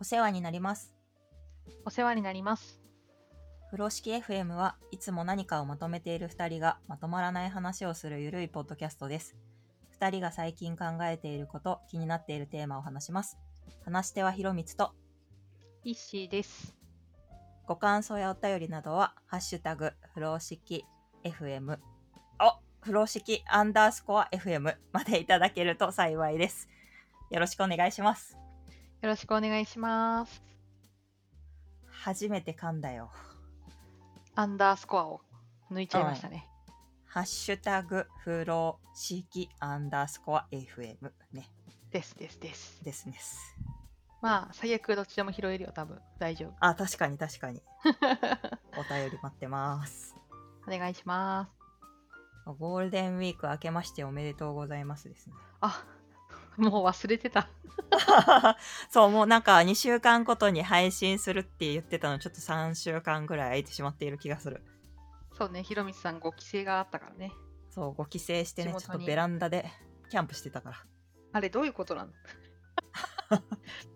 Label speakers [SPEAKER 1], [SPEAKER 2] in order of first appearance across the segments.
[SPEAKER 1] お世話になります。
[SPEAKER 2] お世話になります。
[SPEAKER 1] 風呂敷 FM はいつも何かをまとめている2人がまとまらない話をするゆるいポッドキャストです。2人が最近考えていること、気になっているテーマを話します。話し手はひろみつと、
[SPEAKER 2] イッシーです。
[SPEAKER 1] ご感想やお便りなどは、ハッシュタグ、風呂敷 FM、お風呂敷アンダースコア FM までいただけると幸いです。よろしくお願いします。
[SPEAKER 2] よろしくお願いします。
[SPEAKER 1] 初めて噛んだよ。
[SPEAKER 2] アンダースコアを抜いちゃいましたね。
[SPEAKER 1] ハッシュタグ、風呂敷アンダースコア FM ね、
[SPEAKER 2] ですですです。
[SPEAKER 1] ですです。
[SPEAKER 2] まあ、最悪どっちでも拾えるよ、多分。大丈夫。
[SPEAKER 1] あ、確かに確かに。お便り待ってます。
[SPEAKER 2] お願いします。
[SPEAKER 1] ゴールデンウィーク明けましておめでとうございますですね。
[SPEAKER 2] あ、もう忘れてた。
[SPEAKER 1] そう、もうなんか2週間ごとに配信するって言ってたの、ちょっと3週間ぐらい空いてしまっている気がする。
[SPEAKER 2] そうね、ひろみつさんご帰省があったからね。
[SPEAKER 1] そう、ご帰省してね、
[SPEAKER 2] 地元
[SPEAKER 1] ちょっと
[SPEAKER 2] に
[SPEAKER 1] ベランダでキャンプしてたから。
[SPEAKER 2] あれ、どういうこと なの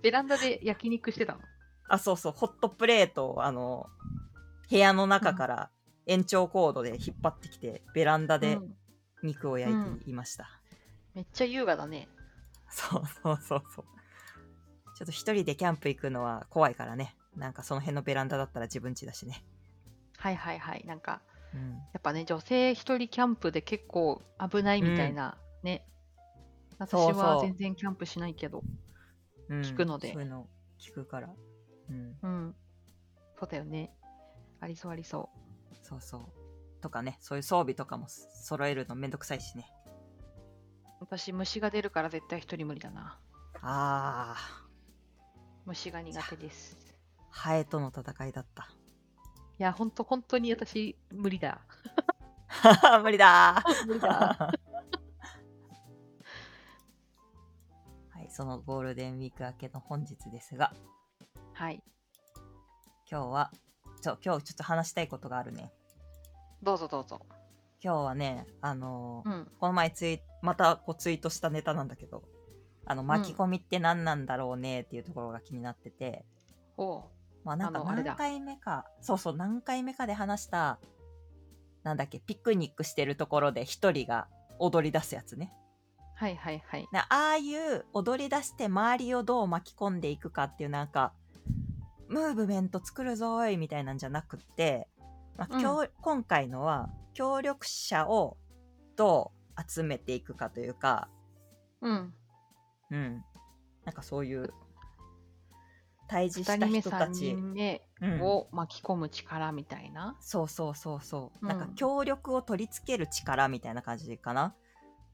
[SPEAKER 2] ベランダで焼肉してたの
[SPEAKER 1] あ、そうそう、ホットプレートを、あの、部屋の中から延長コードで引っ張ってきて、ベランダで
[SPEAKER 2] うん
[SPEAKER 1] 肉を焼いていました。
[SPEAKER 2] めっちゃ優雅だね。
[SPEAKER 1] そうそうそうそう。ちょっと一人でキャンプ行くのは怖いからね。なんかその辺のベランダだったら自分家だしね。
[SPEAKER 2] はいはいはい。なんか、
[SPEAKER 1] うん。
[SPEAKER 2] やっぱね、女性一人キャンプで結構危ないみたいな、ね。私
[SPEAKER 1] そうそう
[SPEAKER 2] は全然キャンプしないけど。
[SPEAKER 1] うん
[SPEAKER 2] 聞くので
[SPEAKER 1] そういうの聞くから。うん。
[SPEAKER 2] うん。そうだよね。ありそうありそ
[SPEAKER 1] そうそう。とかね、そういう装備とかも揃えるのめんどくさいしね。
[SPEAKER 2] う。私、虫が出るから絶対一人無理だな。
[SPEAKER 1] あ
[SPEAKER 2] 虫が苦手です。
[SPEAKER 1] ー、ハエとの戦いだった。
[SPEAKER 2] いや、ほんと、本当に私、無理だ。
[SPEAKER 1] 無理だー。
[SPEAKER 2] 無理だ。
[SPEAKER 1] はい、そのゴールデンウィーク明けの本日ですが、
[SPEAKER 2] はい。
[SPEAKER 1] 今日は、ちょ、今日ちょっと話したいことがあるね。
[SPEAKER 2] どうぞどうぞ。
[SPEAKER 1] 今日はね、あのー
[SPEAKER 2] うん。
[SPEAKER 1] この前ツイまたこうツイートしたネタなんだけどあの巻き込みって何なんだろうねっていうところが気になってて、
[SPEAKER 2] おう。
[SPEAKER 1] まあなんか
[SPEAKER 2] あのあれだ
[SPEAKER 1] 何回目かそうそう何回目かで話したなんだっけピクニックしてるところで一人が踊り出すやつね
[SPEAKER 2] はいはいはい。
[SPEAKER 1] なああいう踊り出して周りをどう巻き込んでいくかっていうなんかムーブメント作るぞーいみたいなんじゃなくって、まあ
[SPEAKER 2] うん
[SPEAKER 1] 協今回のは協力者をどう集めていくかというか
[SPEAKER 2] うん。
[SPEAKER 1] うん。なんかそういう、退治
[SPEAKER 2] 二
[SPEAKER 1] した
[SPEAKER 2] 人目、
[SPEAKER 1] 人た
[SPEAKER 2] 三
[SPEAKER 1] ち、
[SPEAKER 2] 人目
[SPEAKER 1] うん
[SPEAKER 2] を巻き込む力みたいな。
[SPEAKER 1] そうそうそうそう、
[SPEAKER 2] うん
[SPEAKER 1] なんか協力を取り付ける力みたいな感じかな。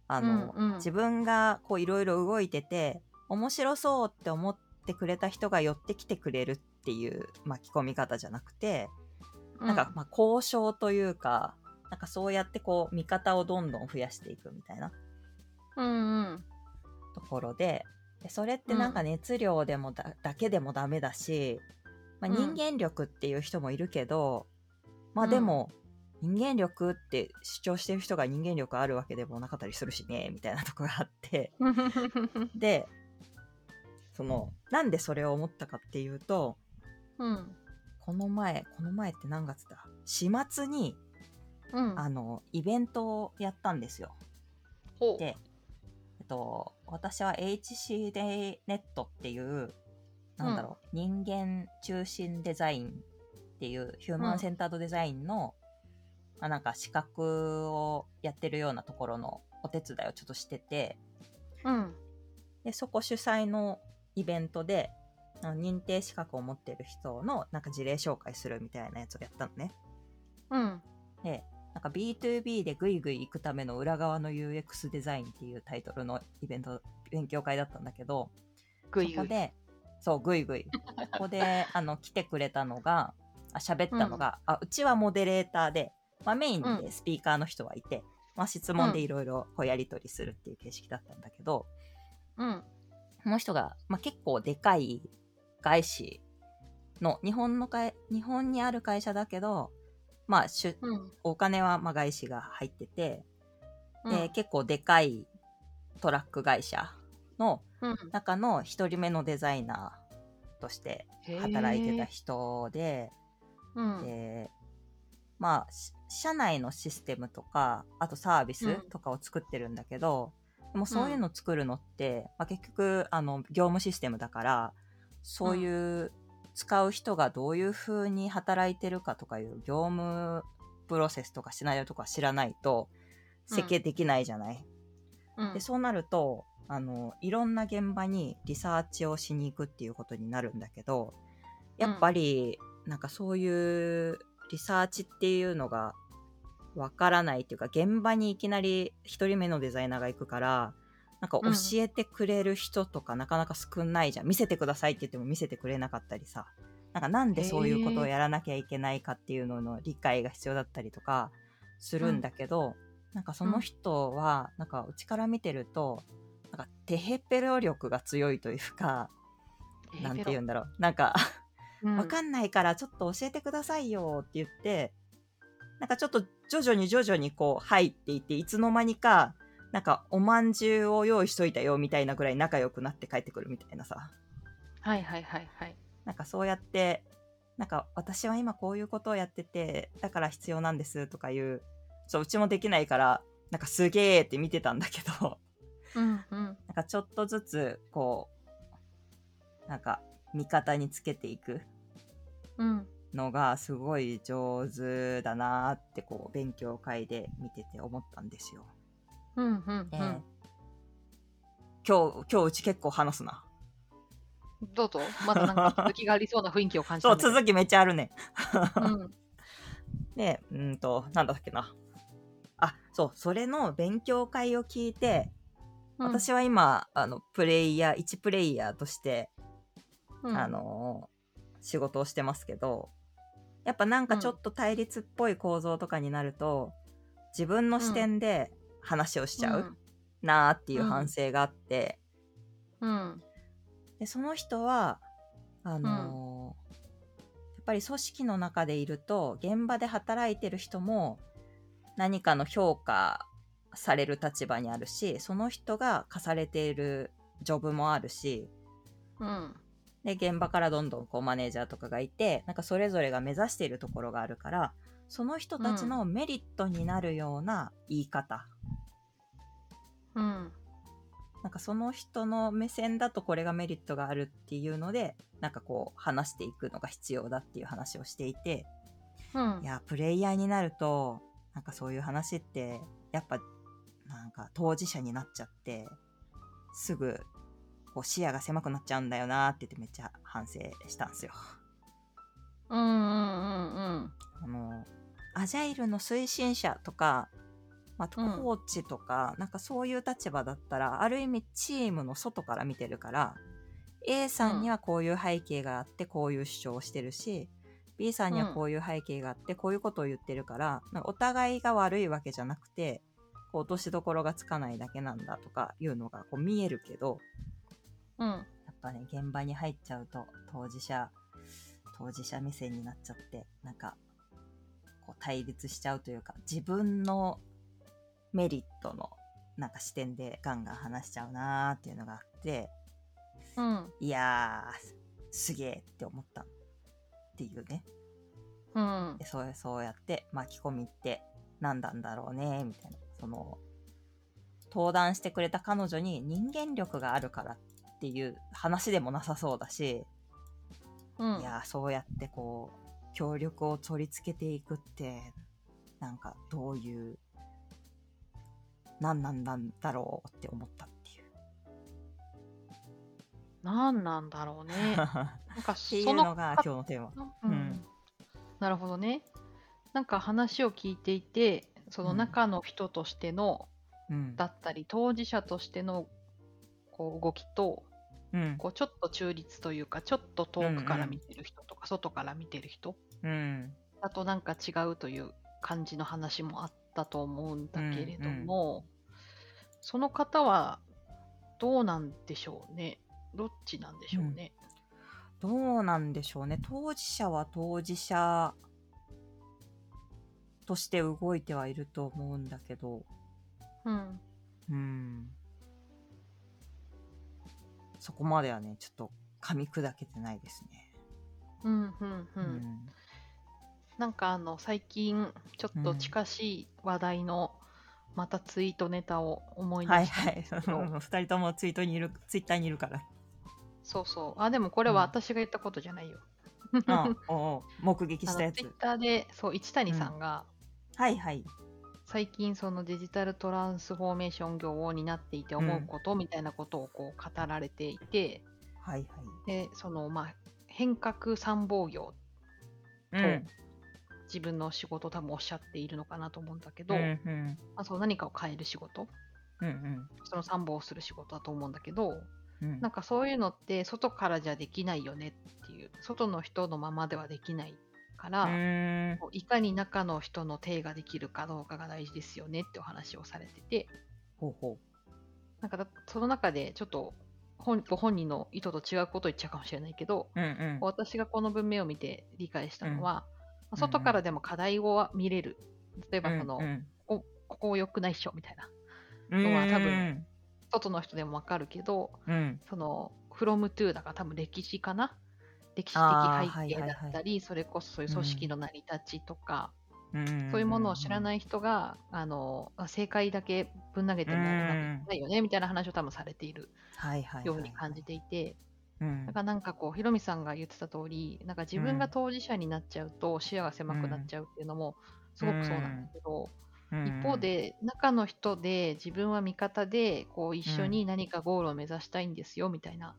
[SPEAKER 1] あの、
[SPEAKER 2] うんうん
[SPEAKER 1] 自分がこういろいろ動いてて、面白そうって思ってくれた人が寄ってきてくれるっていう巻き込み方じゃなくて、なんかまあ交渉というか、なんかそうやってこう味方をどんどん増やしていくみたいな。
[SPEAKER 2] うん、うんうん。
[SPEAKER 1] ところででそれってなんか熱量でもだ,、だけでもダメだし、まあ、
[SPEAKER 2] う
[SPEAKER 1] 人
[SPEAKER 2] ん
[SPEAKER 1] 間力っていう人もいるけど、まあ
[SPEAKER 2] うん
[SPEAKER 1] でも人間力って主張してる人が人間力あるわけでもなかったりするしねみたいなとこがあってでそのなんでそれを思ったかっていうと
[SPEAKER 2] うん。
[SPEAKER 1] この前この前って何月だ始末に
[SPEAKER 2] うん。
[SPEAKER 1] あのイベントをやったんですよ。
[SPEAKER 2] ほう。
[SPEAKER 1] で、えっと、私は HC でネットっていう、なんだろう、人間中心デザインっていうヒューマンセンタードデザインの、まあ、なんか資格をやってるようなところのお手伝いをちょっとしてて、
[SPEAKER 2] うん。
[SPEAKER 1] で、そこ主催のイベントで、あの認定資格を持ってる人のなんか事例紹介するみたいなやつをやったのね。
[SPEAKER 2] うん。
[SPEAKER 1] で、なんか B2B でぐいぐい行くための裏側の UX デザインっていうタイトルのイベント、勉強会だったんだけど、
[SPEAKER 2] ぐい
[SPEAKER 1] そ
[SPEAKER 2] ぐ
[SPEAKER 1] こ
[SPEAKER 2] い。
[SPEAKER 1] で、そう、ぐいぐい。ここ で、あの、来てくれたのが、あ喋ったのが、うあ、うちはモデレーターで、まあメイン
[SPEAKER 2] う
[SPEAKER 1] でスピーカーの人はいて、まあ質問でいろいろこうやり取りするっていう形式だったんだけど、
[SPEAKER 2] うん。
[SPEAKER 1] この人が、まあ、結構でかい外資の、日本の会、日本にある会社だけど、まあ、出
[SPEAKER 2] うん。
[SPEAKER 1] お金はまあ外資が入ってて、
[SPEAKER 2] うん
[SPEAKER 1] で結構でかいトラック会社の
[SPEAKER 2] うん。
[SPEAKER 1] 中の1人目のデザイナとして
[SPEAKER 2] へー
[SPEAKER 1] 働いてた人で、
[SPEAKER 2] うん
[SPEAKER 1] でまあし社内のシステムとかあとサービスとかを作ってるんだけど、でもそういうの作るのって、まあ、結局あの業務システムだからそういう、使う人がどういう風に働いてるかとかいう業務プロセスとかシナリオとか知らないと設計できないじゃない、
[SPEAKER 2] うん
[SPEAKER 1] でそうなるとあのいろんな現場にリサーチをしに行くっていうことになるんだけどやっぱり、なんかそういうリサーチっていうのがわからないっていうか現場にいきなり1人目のデザイナーが行くからなんか教
[SPEAKER 2] うん
[SPEAKER 1] えてくれる人とかなかなか少ないじゃん、見せてくださいって言っても見せてくれなかったりさなんかなんでそういうことをやらなきゃいけないかっていうのの理解が必要だったりとかするんだけど、なんかその人は、なんかうちから見てると、なんかテヘペロ力が強いというか、なんて言うんだろう。なんか、
[SPEAKER 2] うん
[SPEAKER 1] わかんないからちょっと教えてくださいよって言って、なんかちょっと徐々に徐々にこう入っていって、いつの間にか、なんかおまんじゅうを用意しといたよみたいなぐらい仲良くなって帰ってくるみたいなさ。
[SPEAKER 2] はいはいはいはい
[SPEAKER 1] なんかそうやって、なんか私は今こういうことをやってて、だから必要なんですとかいう、そう、うちもできないから、なんかすげーって見てたんだけど、
[SPEAKER 2] うんうん
[SPEAKER 1] なんかちょっとずつこうなんか味方につけていく
[SPEAKER 2] うん
[SPEAKER 1] のがすごい上手だなーってこう勉強会で見てて思ったんですよ。
[SPEAKER 2] うんうんう
[SPEAKER 1] え
[SPEAKER 2] ん
[SPEAKER 1] 今日今日うち結構話すな。
[SPEAKER 2] どうぞまだなんか続きがありそうな雰囲気を感じた
[SPEAKER 1] そ
[SPEAKER 2] ん
[SPEAKER 1] う
[SPEAKER 2] だけど
[SPEAKER 1] 続きめっちゃあるね。
[SPEAKER 2] うん
[SPEAKER 1] でうんとなんだっけな。あそうそれの勉強会を聞いて、
[SPEAKER 2] うん
[SPEAKER 1] 私は今あのプレイヤー1プレイヤーとして
[SPEAKER 2] うん
[SPEAKER 1] あの仕事をしてますけどやっぱなんかちょっと対立っぽい構造とかになると、自分の視点で話をしちゃうなーっていう反省があって、
[SPEAKER 2] うん
[SPEAKER 1] でその人はあのーやっぱり組織の中でいると現場で働いてる人も何かの評価される立場にあるしその人が課されているジョブもあるし
[SPEAKER 2] うん
[SPEAKER 1] で現場からどんどんこうマネージャーとかがいてなんかそれぞれが目指しているところがあるからその人たちのメリットになるような言い方、
[SPEAKER 2] うん
[SPEAKER 1] なんかその人の目線だとこれがメリットがあるっていうのでなんかこう話していくのが必要だっていう話をしていて
[SPEAKER 2] うん
[SPEAKER 1] いやプレイヤーになるとなんかそういう話ってやっぱなんか当事者になっちゃってすぐこう視野が狭くなっちゃうんだよなって言ってめっちゃ反省したんですよ。
[SPEAKER 2] うんうんうん
[SPEAKER 1] あのアジャイルの推進者とか、まあ、コ
[SPEAKER 2] うん
[SPEAKER 1] ーチとか、なんかそういう立場だったらある意味チームの外から見てるから A さんにはこういう背景があってこういう主張をしてるし B さんにはこういう背景があってこういうことを言ってるから、なんかお互いが悪いわけじゃなくてこう落としどころがつかないだけなんだとかいうのがこう見えるけど、
[SPEAKER 2] うん
[SPEAKER 1] やっぱね、現場に入っちゃうと、当事者、当事者目線になっちゃって、なんか、こう対立しちゃうというか、自分のメリットの、なんか視点でガンガン話しちゃうなーっていうのがあって、
[SPEAKER 2] うん
[SPEAKER 1] いやー、すげえって思ったっていうね。
[SPEAKER 2] うん
[SPEAKER 1] でそうそうやって巻き込みって何なんだろうねみたいなその登壇してくれた彼女に人間力があるからっていう話でもなさそうだし、
[SPEAKER 2] うん
[SPEAKER 1] いやーそうやってこう協力を取り付けていくってなんかどういう何なんなんだろうって思ったっていう。
[SPEAKER 2] 何なんだろうね
[SPEAKER 1] っ
[SPEAKER 2] なんか
[SPEAKER 1] ていう
[SPEAKER 2] そ
[SPEAKER 1] の
[SPEAKER 2] の
[SPEAKER 1] が今日のテーマ。う
[SPEAKER 2] う
[SPEAKER 1] ん
[SPEAKER 2] ん、なるほどねなんか話を聞いていてその中の人としての、
[SPEAKER 1] うん
[SPEAKER 2] だったり当事者としてのこう動きと
[SPEAKER 1] うん
[SPEAKER 2] こうちょっと中立というかちょっと遠くから見てる人とか、外から見てる人
[SPEAKER 1] うん
[SPEAKER 2] だとなんか違うという感じの話もあったと思うんだけれども、その方はどうなんでしょうねどっちなんでしょうね。
[SPEAKER 1] どうなんでしょうね当事者は当事者として動いてはいると思うんだけど
[SPEAKER 2] うん、
[SPEAKER 1] うんそこまではねちょっと噛み砕けてないですね。
[SPEAKER 2] うんうんう。
[SPEAKER 1] うん
[SPEAKER 2] なんかあの最近ちょっと近しい話題のまたツイートネタを思い
[SPEAKER 1] は
[SPEAKER 2] 出
[SPEAKER 1] い
[SPEAKER 2] した
[SPEAKER 1] は
[SPEAKER 2] んで
[SPEAKER 1] い。
[SPEAKER 2] すけど、
[SPEAKER 1] 2人ともツイートにいる、ツイッターにいるから。
[SPEAKER 2] そうそうあでもこれは
[SPEAKER 1] うん
[SPEAKER 2] 私が言ったことじゃないよ、
[SPEAKER 1] うん、おうおう目撃
[SPEAKER 2] あ
[SPEAKER 1] した
[SPEAKER 2] の
[SPEAKER 1] や
[SPEAKER 2] ツイッ
[SPEAKER 1] つ。
[SPEAKER 2] ターでそう一谷さんが、
[SPEAKER 1] はいはい。
[SPEAKER 2] 最近そのデジタルトランスフォーメーション業を担っていて思うことみたいなことをこう語られていて、
[SPEAKER 1] はいはい。
[SPEAKER 2] でそのまあ変革参謀業
[SPEAKER 1] うん
[SPEAKER 2] 自分の仕事多分おっしゃっているのかなと思うんだけど、
[SPEAKER 1] うんうん
[SPEAKER 2] あそう何かを変える仕事
[SPEAKER 1] うん
[SPEAKER 2] その参謀をする仕事だと思うんだけど
[SPEAKER 1] うんうん
[SPEAKER 2] なんかそういうのって外からじゃできないよねっていう外の人のままではできないから、
[SPEAKER 1] うん
[SPEAKER 2] こういかに中の人の手ができるかどうかが大事ですよねってお話をされてて
[SPEAKER 1] ほうほ
[SPEAKER 2] なんかだその中でちょっと本ご本人の意図と違うことを言っちゃうかもしれないけど、
[SPEAKER 1] う。うんうん。
[SPEAKER 2] 私がこの文明を見て理解したのは、まあ
[SPEAKER 1] うん
[SPEAKER 2] 外からでも課題をは見れる例えばその、
[SPEAKER 1] うん
[SPEAKER 2] こここ良くないっしょみたいな
[SPEAKER 1] うん
[SPEAKER 2] のは多分
[SPEAKER 1] うん
[SPEAKER 2] 外の人でもわかるけど
[SPEAKER 1] うん
[SPEAKER 2] その from to だから多分歴史かな歴史
[SPEAKER 1] あ
[SPEAKER 2] 的
[SPEAKER 1] ー
[SPEAKER 2] 背景だったり、
[SPEAKER 1] はいはい
[SPEAKER 2] それこそそういう組織の成り立ちとか、
[SPEAKER 1] うん。
[SPEAKER 2] そういうものを知ら
[SPEAKER 1] い。
[SPEAKER 2] ない人が、あのあ正解だけぶん投げてもうまくいかないよねみたいな話を多分されている
[SPEAKER 1] はいはいはい。
[SPEAKER 2] ように感じていて、
[SPEAKER 1] うん
[SPEAKER 2] だからなんかこう、ヒロミさんが言ってた通り、なんか自分が当事者になっちゃうと視野が狭くなっちゃうっていうのもすごくそうなんだけど、
[SPEAKER 1] うん
[SPEAKER 2] 一方、で中の人で自分は味方でこう一緒に何かゴールを目指したいんですよみたいな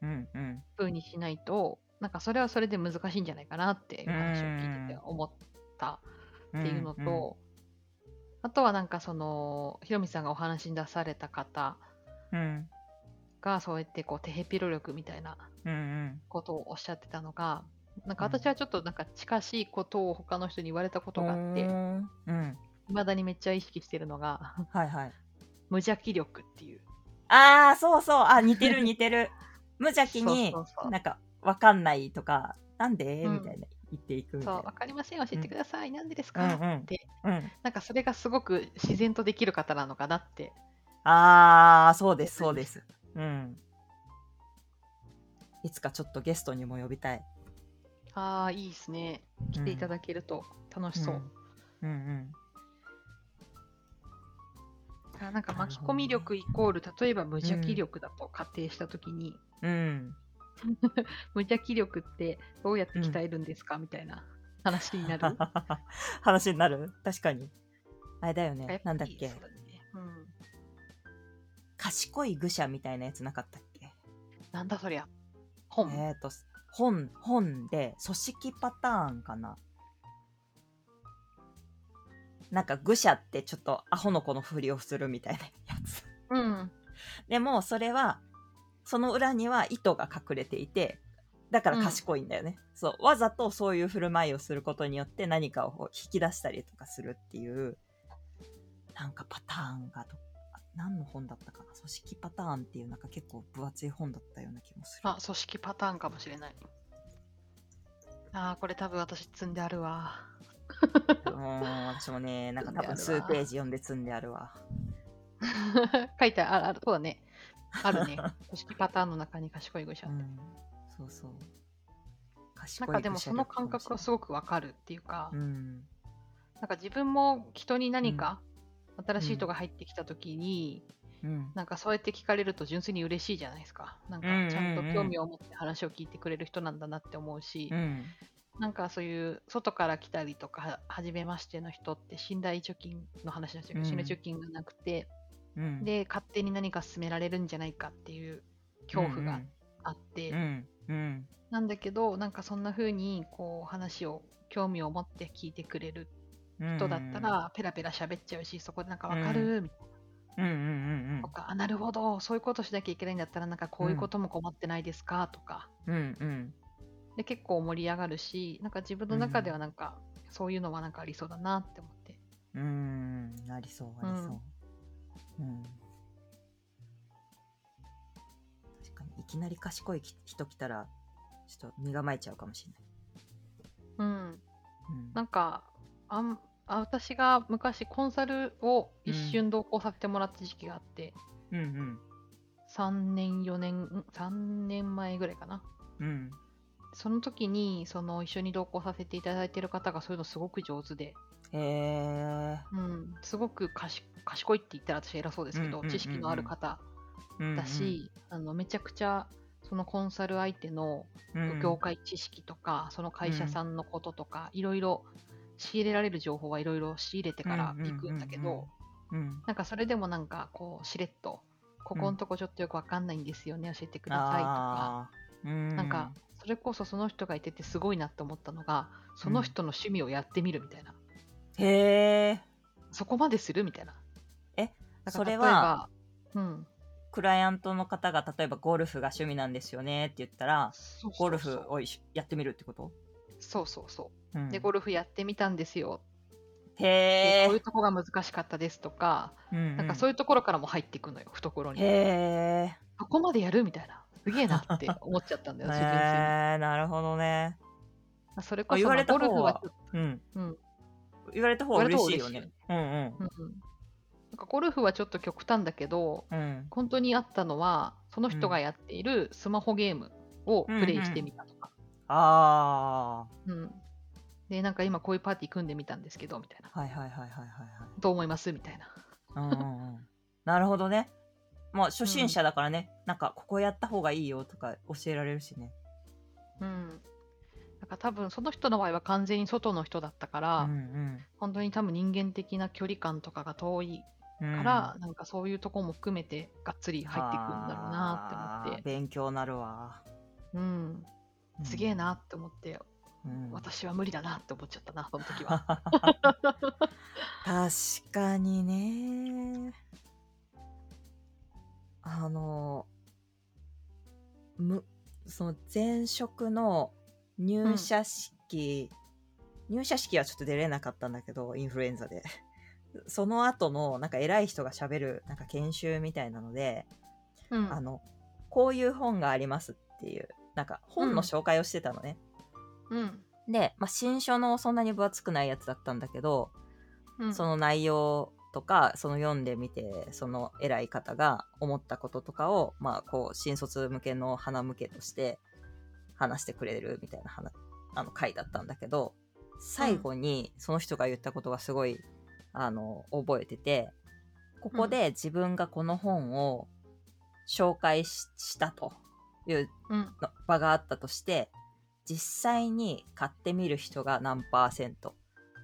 [SPEAKER 1] うんうん
[SPEAKER 2] 風にしないと、なんかそれはそれで難しいんじゃないかなっていう話を聞いてて
[SPEAKER 1] うん
[SPEAKER 2] 思った
[SPEAKER 1] うん、
[SPEAKER 2] っていうのと、あとはなんかその、ヒロミさんがお話に出された方
[SPEAKER 1] うん、うん
[SPEAKER 2] がそうやってこう、テヘピロ力みたいな
[SPEAKER 1] うんうん
[SPEAKER 2] ことをおっしゃってたのが、なんか
[SPEAKER 1] うん
[SPEAKER 2] 私はちょっとなんか近しいことを他の人に言われたことがあって、
[SPEAKER 1] う
[SPEAKER 2] い
[SPEAKER 1] んうん、
[SPEAKER 2] まだにめっちゃ意識してるのが、
[SPEAKER 1] はいはい。
[SPEAKER 2] 無邪気力っていう。
[SPEAKER 1] ああ、そうそう、あ、似て る似てる。無邪気に
[SPEAKER 2] そう、そうそう
[SPEAKER 1] なんか、わかんないとか、なんで
[SPEAKER 2] うん
[SPEAKER 1] みたいな、言っていくみ
[SPEAKER 2] そ
[SPEAKER 1] た
[SPEAKER 2] う、
[SPEAKER 1] い
[SPEAKER 2] わかりません、教えてください、なんでです
[SPEAKER 1] な。
[SPEAKER 2] か、
[SPEAKER 1] うん
[SPEAKER 2] で
[SPEAKER 1] うん。うん、
[SPEAKER 2] なんかそれがすごく自然とできる方なのかなって、
[SPEAKER 1] ああ、そうです、そうです。うん。いつかちょっとゲストにも呼びたい。
[SPEAKER 2] ああ、いいですね。来ていただけると楽しそう。
[SPEAKER 1] うん。うんうん。
[SPEAKER 2] あなんか巻き込み力イコール、例えば無邪気力だと仮定したときに、
[SPEAKER 1] うん、
[SPEAKER 2] 無邪気力ってどうやって鍛えるんですか、みたいな話にな る。
[SPEAKER 1] 話になる確かに。あれだよ
[SPEAKER 2] やっ
[SPEAKER 1] ね。な
[SPEAKER 2] ぱ
[SPEAKER 1] んだ
[SPEAKER 2] り
[SPEAKER 1] っけ
[SPEAKER 2] そう。だねうん、
[SPEAKER 1] 賢い愚者みたいなやつなかったっけ
[SPEAKER 2] なんだそりゃ。本。
[SPEAKER 1] えっ、と、本、本で、組織パターンかな。なんか愚者ってちょっとアホの子のふりをするみたいなやつ。
[SPEAKER 2] うん。
[SPEAKER 1] でもそれは、その裏には意図が隠れていて、だから賢いんだよね。そう。わざとそういう振る舞いをすることによって何かを引き出したりとかするっていう、なんかパターンがどあ何の本だったかな組織パターンっていうなんか結構分厚い本だったような気もする。
[SPEAKER 2] あ、組織パターンかもしれない。ああ、これ多分私積んであるわ。
[SPEAKER 1] うーん、私も ね、なんか多分
[SPEAKER 2] 積ん
[SPEAKER 1] 数
[SPEAKER 2] であるわ
[SPEAKER 1] ページ読んで積んであるわ。
[SPEAKER 2] 書いてある、ある、そうだね。あるね。組織パターンの中に賢 い愚者
[SPEAKER 1] う。ん、そうそう。
[SPEAKER 2] な
[SPEAKER 1] 賢い
[SPEAKER 2] んかでもその
[SPEAKER 1] 愚者力
[SPEAKER 2] 感
[SPEAKER 1] かし
[SPEAKER 2] 覚
[SPEAKER 1] れ
[SPEAKER 2] は
[SPEAKER 1] ない
[SPEAKER 2] すごくわかるっていうか、
[SPEAKER 1] うん。
[SPEAKER 2] なんか自分も人に何か新しい人が入ってきた時に、
[SPEAKER 1] うん。
[SPEAKER 2] なんかそうやって聞かれると純粋に嬉しいじゃないですか。なんか
[SPEAKER 1] うんうんうん
[SPEAKER 2] ちゃんと興味を持って話を聞いてくれる人なんだなって思うし、
[SPEAKER 1] うん。
[SPEAKER 2] なんかそういう外から来たりとかは初めましての人って信頼貯金の話なんですよ、
[SPEAKER 1] うん
[SPEAKER 2] 信頼貯金がなくて
[SPEAKER 1] うん、
[SPEAKER 2] で勝手に何か進められるんじゃないかっていう恐怖があって、
[SPEAKER 1] うん。うん。
[SPEAKER 2] なんだけどなんかそんな風にこう話を興味を持って聞いてくれる
[SPEAKER 1] うん。
[SPEAKER 2] 人だったらペラペラ喋っちゃうしそこでなんかわかるみたい
[SPEAKER 1] うん、うん
[SPEAKER 2] なとか、あな るほどそういうことしなきゃいけないんだったらなんかこういうことも困ってないですかとか
[SPEAKER 1] うんうん。うんうん。
[SPEAKER 2] で結構盛り上がるしなんか自分の中ではなんか、そういうのはなんかありそうだなって思って。
[SPEAKER 1] うん。ありそう、ありそう。うん。確かに、いきなり賢い人来たら、ちょっと身構えちゃうかもしれない。
[SPEAKER 2] うん
[SPEAKER 1] うん
[SPEAKER 2] なんかあんあ私が昔コンサルを一瞬同行させてもらった時期があって、
[SPEAKER 1] うんうん。
[SPEAKER 2] 3年4年ん3年前ぐらいかな
[SPEAKER 1] うん。
[SPEAKER 2] その時にその一緒に同行させていただいてる方がそういうのすごく上手で、
[SPEAKER 1] へえ。
[SPEAKER 2] うん、すごくかし賢いって言ったら私偉そうですけ
[SPEAKER 1] うん
[SPEAKER 2] ど
[SPEAKER 1] うんうんうん
[SPEAKER 2] 知識のある方
[SPEAKER 1] うん
[SPEAKER 2] だ、し、あのめちゃくちゃそのコンサル相手の
[SPEAKER 1] うん
[SPEAKER 2] 業界知識とか、その会社さんのこととか、いろいろ仕入れられる情報はいろいろ仕入れてから行くんだけど、
[SPEAKER 1] うんうんうんうん。
[SPEAKER 2] なんかそれでもなんかこうしれっと「ここんとこちょっとよくわかんないんですよね教えてください」とか、
[SPEAKER 1] あー。うん。
[SPEAKER 2] なんかそれこそその人がいててすごいなって思ったのがその人の趣味をやってみるみたいな、
[SPEAKER 1] へえ。
[SPEAKER 2] そこまでするみたいな。
[SPEAKER 1] え
[SPEAKER 2] だから
[SPEAKER 1] それは
[SPEAKER 2] 例えばうん、
[SPEAKER 1] クライアントの方が例えばゴルフが趣味なんですよねって言ったら、
[SPEAKER 2] そうそうそう
[SPEAKER 1] ゴルフを一緒やってみるってこと？
[SPEAKER 2] そうそうそううんでゴルフやってみたんですよ、
[SPEAKER 1] へ
[SPEAKER 2] で
[SPEAKER 1] え
[SPEAKER 2] こういう。とこが難しかったですとか、なんかそう
[SPEAKER 1] い
[SPEAKER 2] いうところからも入っていくのよ懐に
[SPEAKER 1] へ
[SPEAKER 2] そこまでやるみたいなすげえなって思っちゃったん だ
[SPEAKER 1] え。へ
[SPEAKER 2] よ純粋に
[SPEAKER 1] え。なるほどね。
[SPEAKER 2] それこ
[SPEAKER 1] あ
[SPEAKER 2] そ
[SPEAKER 1] 言われた
[SPEAKER 2] まあゴルフ
[SPEAKER 1] 方は
[SPEAKER 2] はちょっと
[SPEAKER 1] うん。
[SPEAKER 2] うん
[SPEAKER 1] 言われた方が嬉しいよね。うん
[SPEAKER 2] うんなんかゴルフはちょっと極端だけど
[SPEAKER 1] うん。うん。
[SPEAKER 2] 本当にあったのはその人がやっているスマホゲームをプレイしてみたとか、
[SPEAKER 1] あ
[SPEAKER 2] うんでなんか今こういうパーティー組んでみたんですけどみたいな
[SPEAKER 1] あ。はいはいはいはいはいはい。
[SPEAKER 2] どう思いますみたいな
[SPEAKER 1] うんうんうんなるほどね。まあ初心者だからね、なんかここやった方がいいよとか教えられるしね。
[SPEAKER 2] うんなんか多分その人の場合は完全に外の人だったから、
[SPEAKER 1] うん
[SPEAKER 2] 本当に多分人間的な距離感とかが遠い
[SPEAKER 1] うん、
[SPEAKER 2] から、なんかそういうとこも含めてがっつり入ってくるんだろうなって
[SPEAKER 1] あ
[SPEAKER 2] 思
[SPEAKER 1] ー
[SPEAKER 2] って、
[SPEAKER 1] 勉強なるわ。
[SPEAKER 2] うん、
[SPEAKER 1] うん
[SPEAKER 2] すげえ、なって思って、
[SPEAKER 1] うん、
[SPEAKER 2] 私は無理だなって思っちゃったなその時は
[SPEAKER 1] 確かにね。あの、む、その前職の入社式、入社式はちょっと出れなかったんだけど、インフルエンザで。その後の、なんか偉い人が喋る、なんか研修みたいなので、
[SPEAKER 2] うん
[SPEAKER 1] あの、こういう本がありますっていう、なんか本の紹介をしてたのね。
[SPEAKER 2] うん
[SPEAKER 1] で、まあ、新書のそんなに分厚くないやつだったんだけど、
[SPEAKER 2] うん
[SPEAKER 1] その内容とかその読んでみてその偉い方が思ったこととかをまあこう新卒向けの花向けとして話してくれるみたいな話あの回だったんだけど最後にその人が言ったことがすごい、あの覚えててここで自分がこの本を紹介ししたという
[SPEAKER 2] うん
[SPEAKER 1] の場があったとして実際に買ってみる人が何パーセント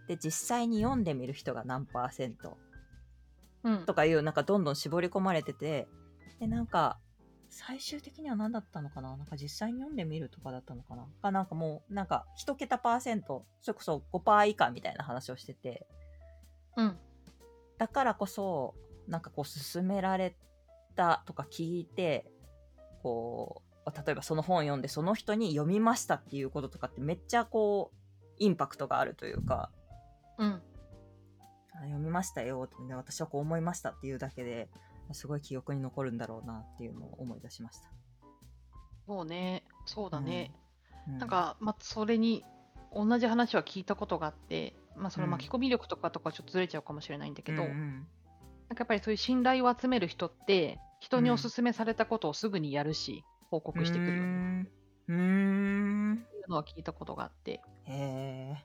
[SPEAKER 1] で実際に読んでみる人が何パーセント
[SPEAKER 2] うん
[SPEAKER 1] とかいうなんかどんどん絞り込まれててでなんか最終的には何だったのかななんか実際に読んでみるとかだったのかなかなんかもうなんか1桁パーセントそれこそ5%以下みたいな話をしてて
[SPEAKER 2] うん
[SPEAKER 1] だからこそなんかこう勧められたとか聞いてこう例えばその本読んでその人に読みましたっていうこととかってめっちゃこうインパクトがあるというか
[SPEAKER 2] うん
[SPEAKER 1] あ読みましたよってね私はこう思いましたっていうだけですごい記憶に残るんだろうなっていうのを思い出しました。
[SPEAKER 2] そうねそうだね、
[SPEAKER 1] う
[SPEAKER 2] なん、か、まあ、それに同じ話は聞いたことがあって、まあ、その
[SPEAKER 1] うん
[SPEAKER 2] 巻き込み力とかとかちょっとずれちゃうかもしれないんだけど、
[SPEAKER 1] うんう
[SPEAKER 2] なん
[SPEAKER 1] ん
[SPEAKER 2] かやっぱりそういう信頼を集める人って人におすすめされたことをすぐにやるし、報告してくるよ
[SPEAKER 1] うー
[SPEAKER 2] ね
[SPEAKER 1] んうーん
[SPEAKER 2] っていうのは聞いたことがあって、
[SPEAKER 1] へえ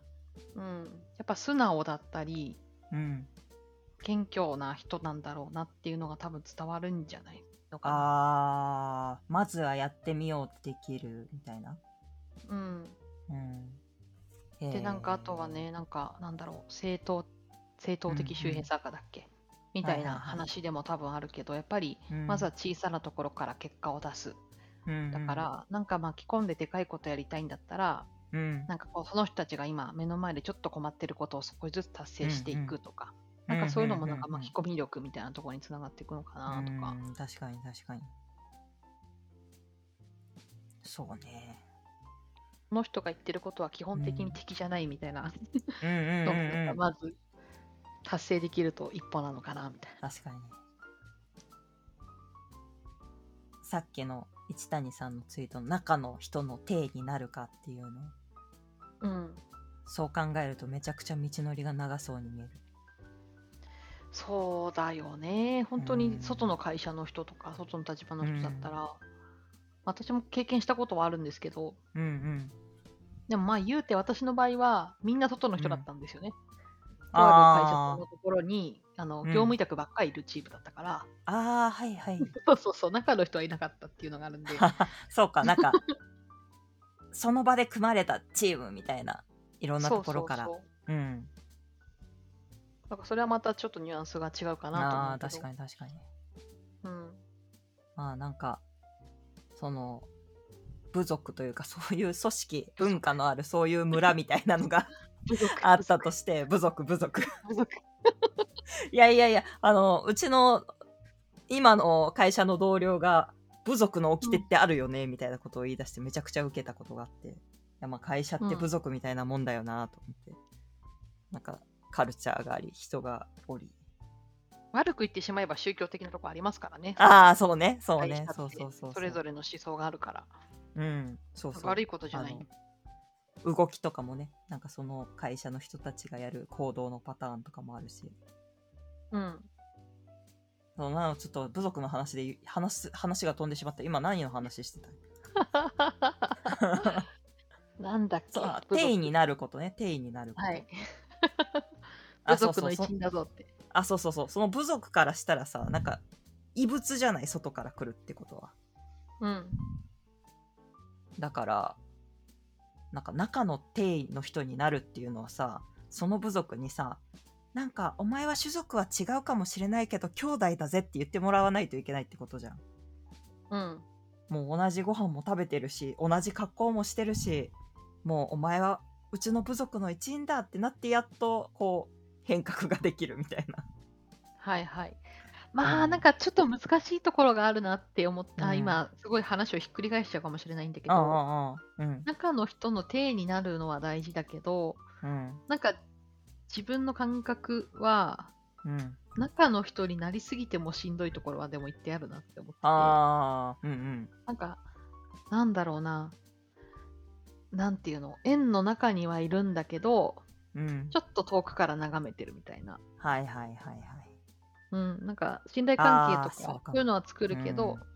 [SPEAKER 2] うん、やっぱ素直だったり
[SPEAKER 1] うん
[SPEAKER 2] 謙虚な人なんだろうなっていうのが多分伝わるんじゃないのかな。
[SPEAKER 1] あーまずはやってみようってできるみたいな。
[SPEAKER 2] うん、
[SPEAKER 1] うん
[SPEAKER 2] でなんかあとはねなんかなんだろう正当正当的周辺作家だっけ、みたい
[SPEAKER 1] はい
[SPEAKER 2] な
[SPEAKER 1] はいはい
[SPEAKER 2] 話でも多分あるけどやっぱり
[SPEAKER 1] へー、
[SPEAKER 2] まずは小さなところから結果を出す。
[SPEAKER 1] うん、うん
[SPEAKER 2] だから、なんか巻き込んででかいことやりたいんだったら、
[SPEAKER 1] うん
[SPEAKER 2] なんかこう、その人たちが今、目の前でちょっと困ってることを少しずつ達成していくと
[SPEAKER 1] うん
[SPEAKER 2] か、
[SPEAKER 1] うん
[SPEAKER 2] なんかそういうのも
[SPEAKER 1] うんう
[SPEAKER 2] なんんか巻き込み力みたいなところにつながっていくのかなとか。
[SPEAKER 1] うん確かに確かにそうね
[SPEAKER 2] この人が言ってることは基本的
[SPEAKER 1] うん
[SPEAKER 2] に敵じゃないみたいな
[SPEAKER 1] うんうん
[SPEAKER 2] の
[SPEAKER 1] う
[SPEAKER 2] を、
[SPEAKER 1] んうん
[SPEAKER 2] まず達成できると一歩なのかなみたいな。
[SPEAKER 1] 確かにさっきの一谷さんのツイートの中の人の体になるかっていうの
[SPEAKER 2] うん、
[SPEAKER 1] そう考えるとめちゃくちゃ道のりが長そうに見える
[SPEAKER 2] そうだよね。本当
[SPEAKER 1] う
[SPEAKER 2] に
[SPEAKER 1] ん
[SPEAKER 2] 外の会社の人とか、外の立場の
[SPEAKER 1] うん
[SPEAKER 2] 人だったら、私も経験したことはあるんですけど、
[SPEAKER 1] うんうん。
[SPEAKER 2] でもまあ言うて私の場合は、みんな外の人だったんですよね。とある会社
[SPEAKER 1] あー
[SPEAKER 2] のところに、あ
[SPEAKER 1] う
[SPEAKER 2] の
[SPEAKER 1] ん
[SPEAKER 2] 業務委託ばっかりいるチームだったから、
[SPEAKER 1] あー、はいはい。
[SPEAKER 2] そうそうそう、中の人はいなかったっていうのがあ るんで、
[SPEAKER 1] そうか、なん か、その場で組まれたチームみたいな、いろんなところから。
[SPEAKER 2] そううそうそ
[SPEAKER 1] ん。
[SPEAKER 2] うなんかそれはまたちょっとニュアンスが違うかなと思
[SPEAKER 1] あ
[SPEAKER 2] う
[SPEAKER 1] あー、
[SPEAKER 2] けど。
[SPEAKER 1] 確かに確かに。
[SPEAKER 2] うん
[SPEAKER 1] まあなんか、その、部族というか、そういう組織、文化のあるそういう村みたいなのが
[SPEAKER 2] 部族
[SPEAKER 1] あったと して、部族、部族。
[SPEAKER 2] 部族
[SPEAKER 1] いやいやいや、あの、うちの、今の会社の同僚が、部族の掟ってあるよね、みたいなことを言い出して、めちゃくちゃ受けたことがあって、いやまあ会社って部族みたいなもんだよなと思って、なんか、カルチャーがあり、人がおり。
[SPEAKER 2] 悪く言ってしまえば宗教的なとこありますからね。
[SPEAKER 1] ああ、そうね、そう
[SPEAKER 2] 会社っ
[SPEAKER 1] ね、
[SPEAKER 2] て
[SPEAKER 1] そうそうそうう。
[SPEAKER 2] それぞれの思想があるから。
[SPEAKER 1] うん、そうそう。
[SPEAKER 2] 悪いことじゃない。
[SPEAKER 1] あの動きとかもねなんかその会社の人たちがやる行動のパターンとかもあるし
[SPEAKER 2] うん。
[SPEAKER 1] そうなのちょっと部族の話で言う話す話が飛んでしまった今何の話してた
[SPEAKER 2] なん だっけ
[SPEAKER 1] そう
[SPEAKER 2] 部族
[SPEAKER 1] 定位になることね定位になること、
[SPEAKER 2] はい。
[SPEAKER 1] あ
[SPEAKER 2] 部
[SPEAKER 1] そう
[SPEAKER 2] 族
[SPEAKER 1] そ
[SPEAKER 2] の
[SPEAKER 1] う
[SPEAKER 2] 一
[SPEAKER 1] そ
[SPEAKER 2] 員だぞって。
[SPEAKER 1] あそうそうそうその部族からしたらさなんか異物じゃない外から来るってことは
[SPEAKER 2] うん。
[SPEAKER 1] だからなんか中の定位の人になるっていうのはさその部族にさなんかお前は種族は違うかもしれないけど兄弟だぜって言ってもらわないといけないってことじゃん
[SPEAKER 2] うん。
[SPEAKER 1] もう同じご飯も食べてるし同じ格好もしてるしもうお前はうちの部族の一員だってなってやっとこう変革ができるみたい な
[SPEAKER 2] はいはい。まあ、
[SPEAKER 1] うん
[SPEAKER 2] なんかちょっと難しいところがあるなって思った、
[SPEAKER 1] うん
[SPEAKER 2] 今、すごい話をひっくり返しちゃうかもしれないんだけ
[SPEAKER 1] あ
[SPEAKER 2] ど、
[SPEAKER 1] あああうん
[SPEAKER 2] 中の人の体になるのは大事だけど、
[SPEAKER 1] うん
[SPEAKER 2] なんか自分の感覚は、
[SPEAKER 1] うん
[SPEAKER 2] 中の人になりすぎてもしんどいところはでも言ってあるなって思ってて、
[SPEAKER 1] ああうんうん
[SPEAKER 2] なんか、なんだろうな、なんていうの、円の中にはいるんだけど、
[SPEAKER 1] うん
[SPEAKER 2] ちょっと遠くから眺めてるみたいな。
[SPEAKER 1] はいはいはいはい
[SPEAKER 2] うん、なんか信頼関
[SPEAKER 1] あ
[SPEAKER 2] 係とか
[SPEAKER 1] ーそうか
[SPEAKER 2] そういうのは作るけど、
[SPEAKER 1] うん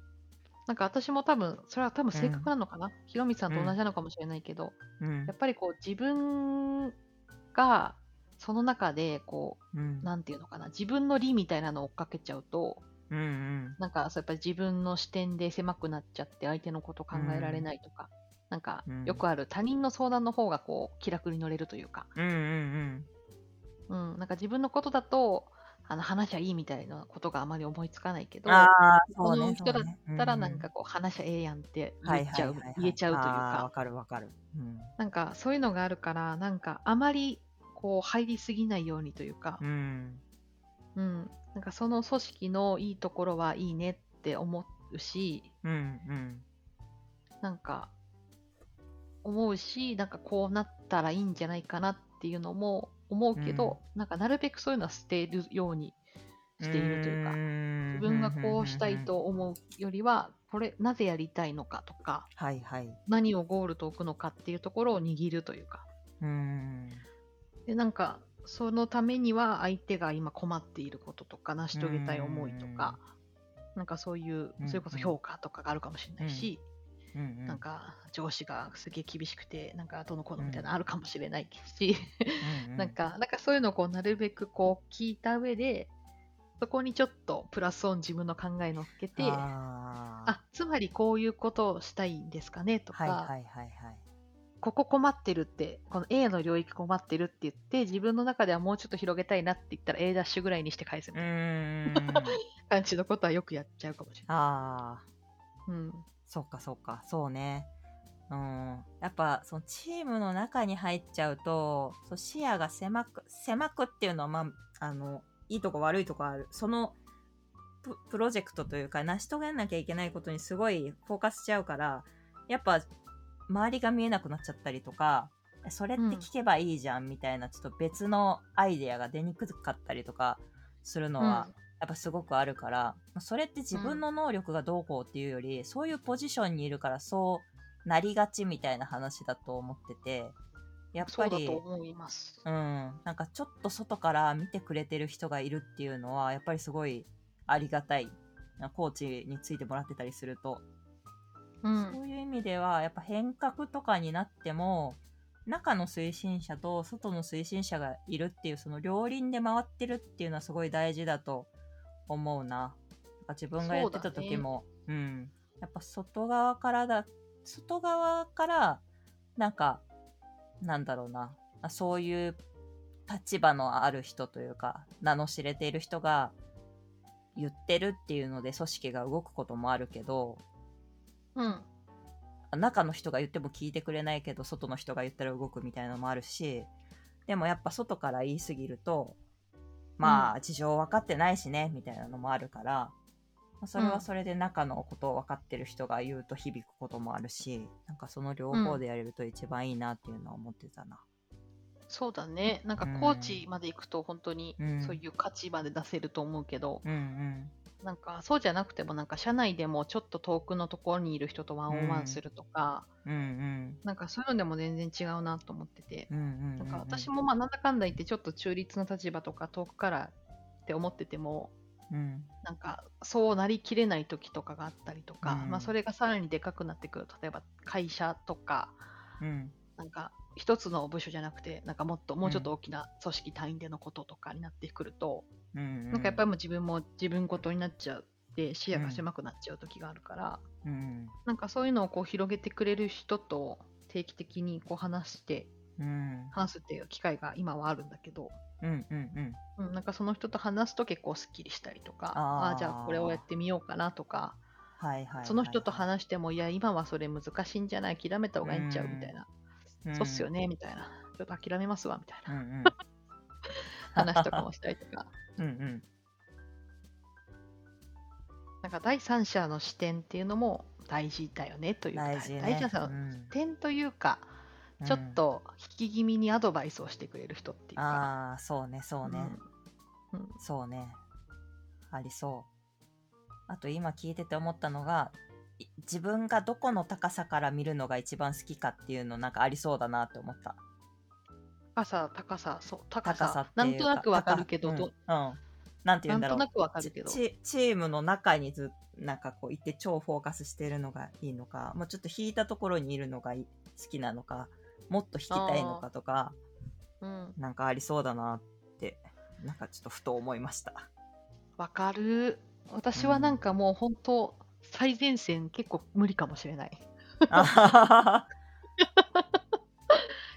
[SPEAKER 2] なんか私も多分それは多分性
[SPEAKER 1] うん
[SPEAKER 2] 格なのかな、ひろみさんと同じなのかもしれないけど、
[SPEAKER 1] うん
[SPEAKER 2] やっぱりこう自分がその中でこ
[SPEAKER 1] うん
[SPEAKER 2] うなんていうのかな自分の理みたいなのを追っかけちゃうと
[SPEAKER 1] うんうん
[SPEAKER 2] なんかそうやっぱり自分の視点で狭くなっちゃって相手のこと考えられないとか、なんか
[SPEAKER 1] うん
[SPEAKER 2] よくある他人の相談の方がこう気楽に乗れるというか、
[SPEAKER 1] うんうん
[SPEAKER 2] うん、なんか自分のことだとあの話はゃいいみたいなことがあまり思いつかないけ
[SPEAKER 1] う
[SPEAKER 2] ど
[SPEAKER 1] んああそ
[SPEAKER 2] こ
[SPEAKER 1] うね
[SPEAKER 2] の人だ
[SPEAKER 1] そう
[SPEAKER 2] っ
[SPEAKER 1] ね
[SPEAKER 2] たら
[SPEAKER 1] う
[SPEAKER 2] なんかこう話しゃええやんって
[SPEAKER 1] は
[SPEAKER 2] 言
[SPEAKER 1] い
[SPEAKER 2] っ
[SPEAKER 1] は
[SPEAKER 2] ち
[SPEAKER 1] い
[SPEAKER 2] ゃ
[SPEAKER 1] は
[SPEAKER 2] う
[SPEAKER 1] いはい
[SPEAKER 2] 言えちゃうという
[SPEAKER 1] あー
[SPEAKER 2] か
[SPEAKER 1] わかるわかるうん
[SPEAKER 2] なんかそういうのがあるからなんかあまりこう入りすぎないようにというか
[SPEAKER 1] う、ん
[SPEAKER 2] うん、なんかその組織のいいところはいいねって思うし
[SPEAKER 1] うんうん
[SPEAKER 2] なんか思うしなんかこうなったらいいんじゃないかなっていうのも思うけど、なんかなるべくそういうのは捨てるようにしているというか。
[SPEAKER 1] 自
[SPEAKER 2] 自分がこうしたいと思うよりは、これなぜやりたいのかとか、
[SPEAKER 1] はいはい
[SPEAKER 2] 何をゴールと置くのかっていうところを握るというか、
[SPEAKER 1] うん
[SPEAKER 2] でなんかそのためには相手が今困っていることとか、成し遂げたい思いとか、なんかそういう
[SPEAKER 1] う、ん
[SPEAKER 2] それこそ評価とかがあるかもしれないし、
[SPEAKER 1] うんうん
[SPEAKER 2] なんか上司がすげえ厳しくて、なんかどうのこうのみたいなのあるかもしれないし、
[SPEAKER 1] う
[SPEAKER 2] なんか、なんかそういうのをこうなるべくこう聞いた上で、そこにちょっとプラスオン自分の考え乗っけて、
[SPEAKER 1] あー
[SPEAKER 2] あつまりこういうことをしたいんですかねとか、
[SPEAKER 1] はいはいはいはい
[SPEAKER 2] ここ困ってるってこの A の領域困ってるって言って自分の中ではもうちょっと広げたいなって言ったら A ダッシュぐらいにして返す
[SPEAKER 1] う
[SPEAKER 2] みたいな
[SPEAKER 1] ーん
[SPEAKER 2] 感じのことはよくやっちゃうかもしれない。
[SPEAKER 1] ああ
[SPEAKER 2] うん
[SPEAKER 1] そうかそうかそうねうんやっぱそのチームの中に入っちゃうとそう視野が狭く狭くっていうのはまああのいいとこ悪いとこあるそのププロジェクトというか成し遂げなきゃいけないことにすごいフォーカスしちゃうからやっぱ周りが見えなくなっちゃったりとかそれって聞けばいいじゃんみたいな、ちょっと別のアイデアが出にくかったりとかするのは、やっぱすごくあるからまあそれって自分の能力がどうこうっていうより、そういうポジションにいるからそうなりがちみたいな話だと思っててやっ
[SPEAKER 2] そ
[SPEAKER 1] ぱ
[SPEAKER 2] うだ
[SPEAKER 1] り
[SPEAKER 2] と思います。
[SPEAKER 1] うん、なんかちょっと外から見てくれてる人がいるっていうのはやっぱりすごいありがたいなコーチについてもらってたりすると、
[SPEAKER 2] うん
[SPEAKER 1] そ。ういう意味ではやっぱ変革とかになっても中の推進者と外の推進者がいるっていうその両輪で回ってるっていうのはすごい大事だと思うな。なんか自分がやってた時もう、ん、やっぱ外側からだ外側からなんかなんだろうなあそういう立場のある人というか名の知れている人が言ってるっていうので組織が動くこともあるけど
[SPEAKER 2] うん。
[SPEAKER 1] 中の人が言っても聞いてくれないけど外の人が言ったら動くみたいなのもあるしでもやっぱ外から言いすぎるとまあ事情分かってないしねみたいなのもあるからまあそれはそれで中のことを分かってる人が言うと響くこともあるしなんかその両方でやれると一番いいなっていうのは思ってたな。
[SPEAKER 2] そうだね。なんか
[SPEAKER 1] うん
[SPEAKER 2] コーチまで行くと本当に
[SPEAKER 1] うん
[SPEAKER 2] そういう価値まで出せると思うけど、
[SPEAKER 1] うん
[SPEAKER 2] なんかそうじゃなくてもなんか社内でもちょっと遠くのところにいる人とワンオンワンするとか、
[SPEAKER 1] うんうん
[SPEAKER 2] なんかそういうのでも全然違うなと思ってて。
[SPEAKER 1] うんうんうん
[SPEAKER 2] なんか私もまあなんだかんだ言ってちょっと中立の立場とか遠くからって思ってても
[SPEAKER 1] うん
[SPEAKER 2] なんかそうなりきれない時とかがあったりとか、
[SPEAKER 1] うん
[SPEAKER 2] まあ、それがさらにでかくなってくる例えば会社とか
[SPEAKER 1] うん
[SPEAKER 2] なんか一つの部署じゃなくてなんかもっともうちょっと大きな組織単位でのこととかになってくると、
[SPEAKER 1] うん
[SPEAKER 2] なんかやっぱりもう自分も自分ごとになっちゃって視野が狭くなっちゃう時があるから、
[SPEAKER 1] うん
[SPEAKER 2] なんかそういうのをこう広げてくれる人と定期的にこう話して
[SPEAKER 1] うん
[SPEAKER 2] 話すっていう機会が今はあるんだけど、
[SPEAKER 1] うんうんうん
[SPEAKER 2] うん、なんかその人と話すと結構すっきりしたりとか
[SPEAKER 1] あー
[SPEAKER 2] あーじゃあこれをやってみようかなとか
[SPEAKER 1] はいはいはいはい
[SPEAKER 2] その人と話しても、いや、今はそれ難しいんじゃない、諦めた方がいいんちゃう
[SPEAKER 1] うん
[SPEAKER 2] みたいな、そうっすよね、みたいな、ちょっと諦めますわ、みたい
[SPEAKER 1] うん
[SPEAKER 2] な
[SPEAKER 1] うん
[SPEAKER 2] 話とかもしたりとか、
[SPEAKER 1] うんうん
[SPEAKER 2] なんか第三者の視点っていうのも大事だよねというか、
[SPEAKER 1] 大事ね。
[SPEAKER 2] 第三者
[SPEAKER 1] う
[SPEAKER 2] の
[SPEAKER 1] ん
[SPEAKER 2] 視点というか、ちょっ、と引き気味にアドバイスをしてくれる人っていう
[SPEAKER 1] うん
[SPEAKER 2] か、
[SPEAKER 1] ああ、そうね、そうね、
[SPEAKER 2] うんうん
[SPEAKER 1] そうね。ありそう。あと今聞いてて思ったのが、い自分がどこの高さから見るのが一番好きかっていうのなんかありそうだなって思った。
[SPEAKER 2] 高さ、高さ、そう、高
[SPEAKER 1] 高
[SPEAKER 2] さ、
[SPEAKER 1] さっていうか
[SPEAKER 2] なんとなくわかるけど、
[SPEAKER 1] 高
[SPEAKER 2] ど
[SPEAKER 1] うん、うんなんて言
[SPEAKER 2] な
[SPEAKER 1] うん
[SPEAKER 2] ん
[SPEAKER 1] だろう。
[SPEAKER 2] となくわかるけど、
[SPEAKER 1] チチームの中にずなんかこういて超フォーカスしてるのがいいのかもうちょっと引いたところにいるのがい好きなのかもっと引きたいのかとか
[SPEAKER 2] うん、
[SPEAKER 1] なんかありそうだなってなんかちょっとふと思いました。
[SPEAKER 2] わかる。私はなんかもう本当、最前線結構無理かもしれない。
[SPEAKER 1] あははは